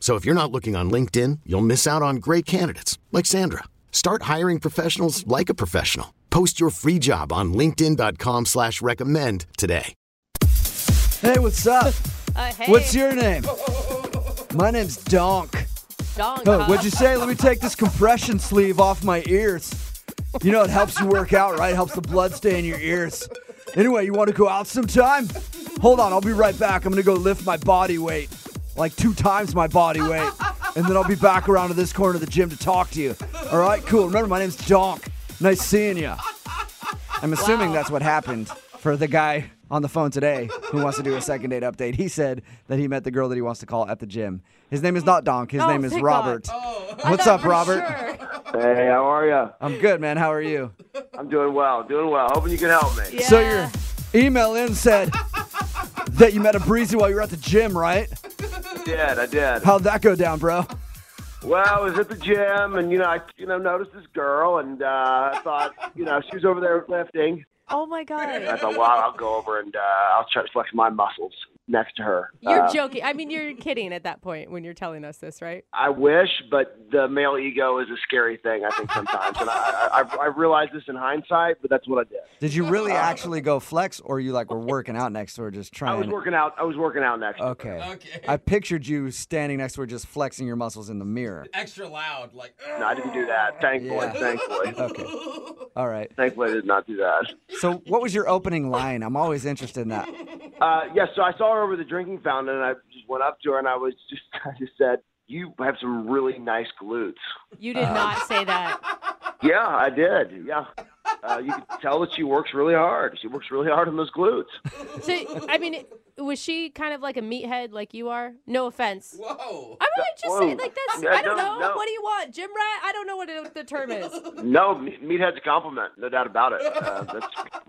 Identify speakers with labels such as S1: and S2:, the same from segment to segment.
S1: So if you're not looking on LinkedIn, you'll miss out on great candidates like Sandra. Start hiring professionals like a professional. Post your free job on LinkedIn.com slash recommend today.
S2: Hey, what's up?
S3: Uh, hey,
S2: What's your name? My name's Donk.
S3: dog?
S2: Oh, what'd you say? Let me take this compression sleeve off my ears. You know, it helps you work out, right? It helps the blood stay in your ears. Anyway, you want to go out sometime? Hold on, I'll be right back. I'm going to go lift my body weight, like two times my body weight. And then I'll be back around to this corner of the gym to talk to you. All right, cool. Remember, my name's Donk. Nice seeing you. I'm assuming that's what happened for the guy on the phone today who wants to do a second date update. He said that he met the girl that he wants to call at the gym. His name is not Donk. His
S3: Oh,
S2: name is
S3: thank
S2: Robert.
S3: God. Oh. I
S2: What's
S3: thought
S2: up,
S3: for
S2: Robert?
S3: sure.
S4: Hey, how are you?
S2: I'm good, man. How are you?
S4: I'm doing well, doing well. Hoping you can help me.
S2: So your
S3: Yeah.
S2: email in said that you met a breezy while you were at the gym, right?
S4: I did, I did.
S2: How'd that go down, bro?
S4: Well, I was at the gym, and you know, I you know noticed this girl, and uh, I thought, you know, she was over there lifting.
S3: Oh my
S4: I
S3: god.
S4: thought, wow, I'll go over and uh, I'll try to flex my muscles next to her.
S3: You're
S4: Uh,
S3: joking. I mean, you're kidding at that point when you're telling us this, right?
S4: I wish, but the male ego is a scary thing. I think sometimes, and I, I I realized this in hindsight, but that's what I did.
S2: Did you really actually go flex, or you like were working out next to her, just
S4: I
S2: trying?
S4: was working out. I was working out next. to her.
S2: Okay. Okay. I pictured you standing next to her, just flexing your muscles in the mirror.
S5: extra loud, like
S4: No, I didn't do that. Thankfully,
S2: Yeah.
S4: thankfully,
S2: Okay. All right.
S4: thankfully, I did not do that.
S2: So, what was your opening line? I'm always interested in that.
S4: Uh, yes, so I saw her over the drinking fountain, and I just went up to her, and I was just, I just said, "You have some really nice glutes."
S3: You did not say that.
S4: Yeah, I did. Yeah, uh, you could tell that she works really hard. She works really hard on those glutes.
S3: So, I mean, was she kind of like a meathead like you are? No offense.
S5: whoa.
S3: I mean, I'm just saying,
S4: Whoa.
S3: like that's.
S4: Yeah,
S3: I don't
S4: no,
S3: know.
S4: no.
S3: What do you want, Jim Rat? I don't know what it- the term is. Oh
S4: No, me- meathead's a compliment, no doubt about it. Uh, that's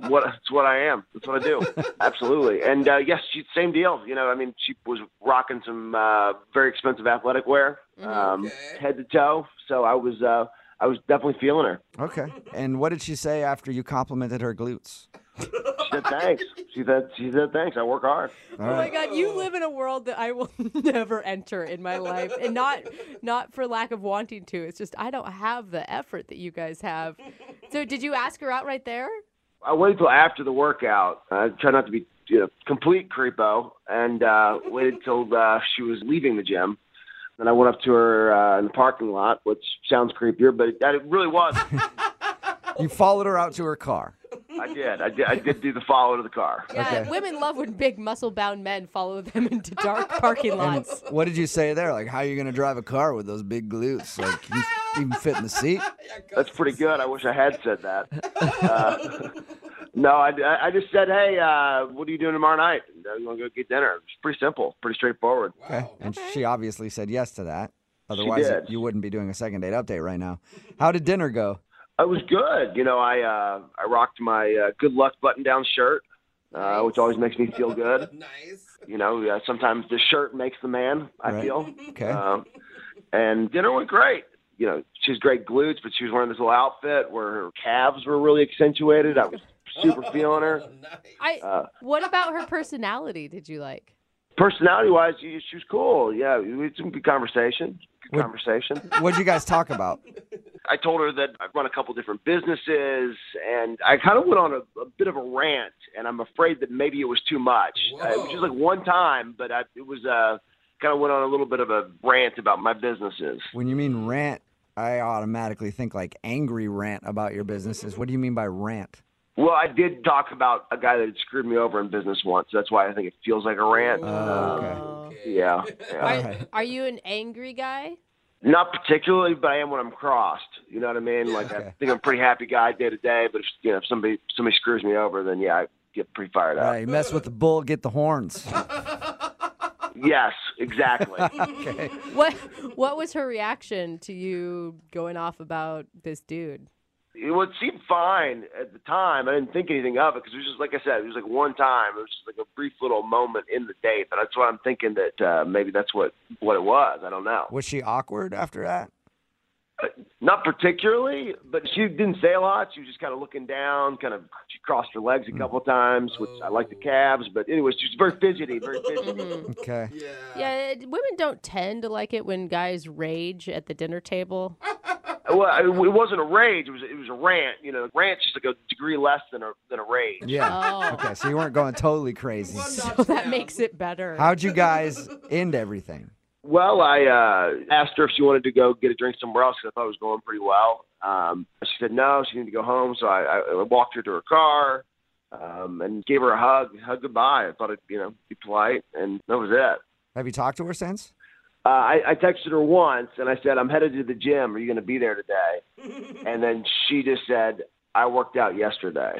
S4: what that's what I am. That's what I do. Absolutely. And uh, yes, she, same deal. You know, I mean, she was rocking some uh, very expensive athletic wear, um, head to toe. So I was, uh, I was definitely feeling her.
S2: Okay. And what did she say after you complimented her glutes?
S4: She said thanks. She said she said thanks. I work hard.
S2: All
S3: Oh my
S2: right.
S3: God, you live in a world that I will never enter in my life, and not not for lack of wanting to. It's just I don't have the effort that you guys have. So, did you ask her out right there?
S4: I waited till after the workout. I try not to be you know, complete creepo, and uh, waited till uh, she was leaving the gym. Then I went up to her uh, in the parking lot, which sounds creepier, but it, that it really was.
S2: You followed her out to her car.
S4: I did. I did. I did do the follow to the car.
S3: Yeah,
S2: Okay.
S3: women love when big muscle bound men follow them into dark parking
S2: And
S3: lots.
S2: what did you say there? Like, how are you going to drive a car with those big glutes? Like, can you even fit in the seat?
S4: That's pretty good. I wish I had said that. Uh, no, I, I just said, hey, uh, what are you doing tomorrow night? I'm going to go get dinner. It's pretty simple, pretty straightforward.
S2: Okay. And she obviously said yes to that. Otherwise,
S4: did.
S2: you wouldn't be doing a second date update right now. How did dinner go?
S4: It was good. You know, I uh, I rocked my uh, good luck button down shirt, uh, which always makes me feel good.
S5: Nice.
S4: You know, uh, sometimes the shirt makes the man. I
S2: Right.
S4: feel.
S2: Okay.
S4: Um, and dinner went great. You know, she's great glutes, but she was wearing this little outfit where her calves were really accentuated. I was super feeling her.
S3: I.
S4: Uh,
S3: what about her personality? Did you like?
S4: Personality wise, she, she was cool. Yeah, we had some good conversation. Good
S2: Would-
S4: conversation.
S2: What'd you guys talk about?
S4: I told her that I run a couple different businesses, and I kind of went on a, a bit of a rant, and I'm afraid that maybe it was too much. Uh, it was just like one time, but I, it was uh, kind of went on a little bit of a rant about my businesses.
S2: When you mean rant,
S5: I automatically think like angry rant about your businesses. What do you mean by rant?
S4: Well, I did talk about a guy that had screwed me over in business once. That's why I think it feels like a rant.
S5: Oh,
S4: Uh, yeah. yeah.
S3: Are, are you an angry guy?
S4: Not particularly, but I am when I'm crossed. You know what I mean? Like I think I'm a pretty happy guy day to day, but if you know if somebody somebody screws me over, then yeah, I get pretty
S2: Uh,
S4: fired
S5: All
S4: up.
S5: right, you mess with the bull, get the horns.
S4: Yes, exactly.
S3: What What was her reaction to you going off about this dude?
S4: it would seem fine at the time. I didn't think anything of it because it was just like I said, it was like one time. It was just like a brief little moment in the date, but that's what I'm thinking that uh, maybe that's what what it was. I don't know.
S5: Was she awkward after that?
S4: Not particularly, but she didn't say a lot. She was just kind of looking down, kind of she crossed her legs a couple of times, which I like the calves, but anyway, she was very fidgety, very fidgety.
S5: Okay.
S3: Yeah, it- women don't tend to like it when guys rage at the dinner table.
S4: well, I- it wasn't a rage; it was it was a rant. You know, rant's just like a degree less than a than a rage.
S5: Yeah. Okay, so you weren't going totally crazy.
S3: So that makes it better.
S5: How'd you guys end everything?
S4: Well, I uh, asked her if she wanted to go get a drink somewhere else 'cause I thought it was going pretty well. Um, she said no, she needed to go home. So I, I walked her to her car um, and gave her a hug, hug goodbye. I thought it, you know, be polite, and that was it.
S5: Have you talked to her since?
S4: Uh, I, I texted her once and I said, I'm headed to the gym. Are you going to be there today? and then she just said, I worked out yesterday.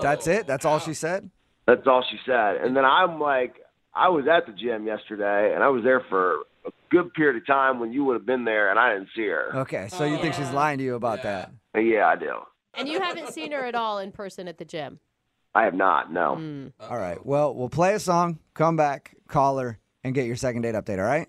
S5: That's it? That's all she said?
S4: That's all she said. And then I'm like, I was at the gym yesterday and I was there for a good period of time when you would have been there and I didn't see her.
S5: Okay, so you think she's lying to you about that?
S4: And yeah, I do.
S3: And you haven't seen her at all in person at the gym.
S4: I have not, no.
S5: All right. Well, we'll play a song, come back, call her, and get your second date update, all right?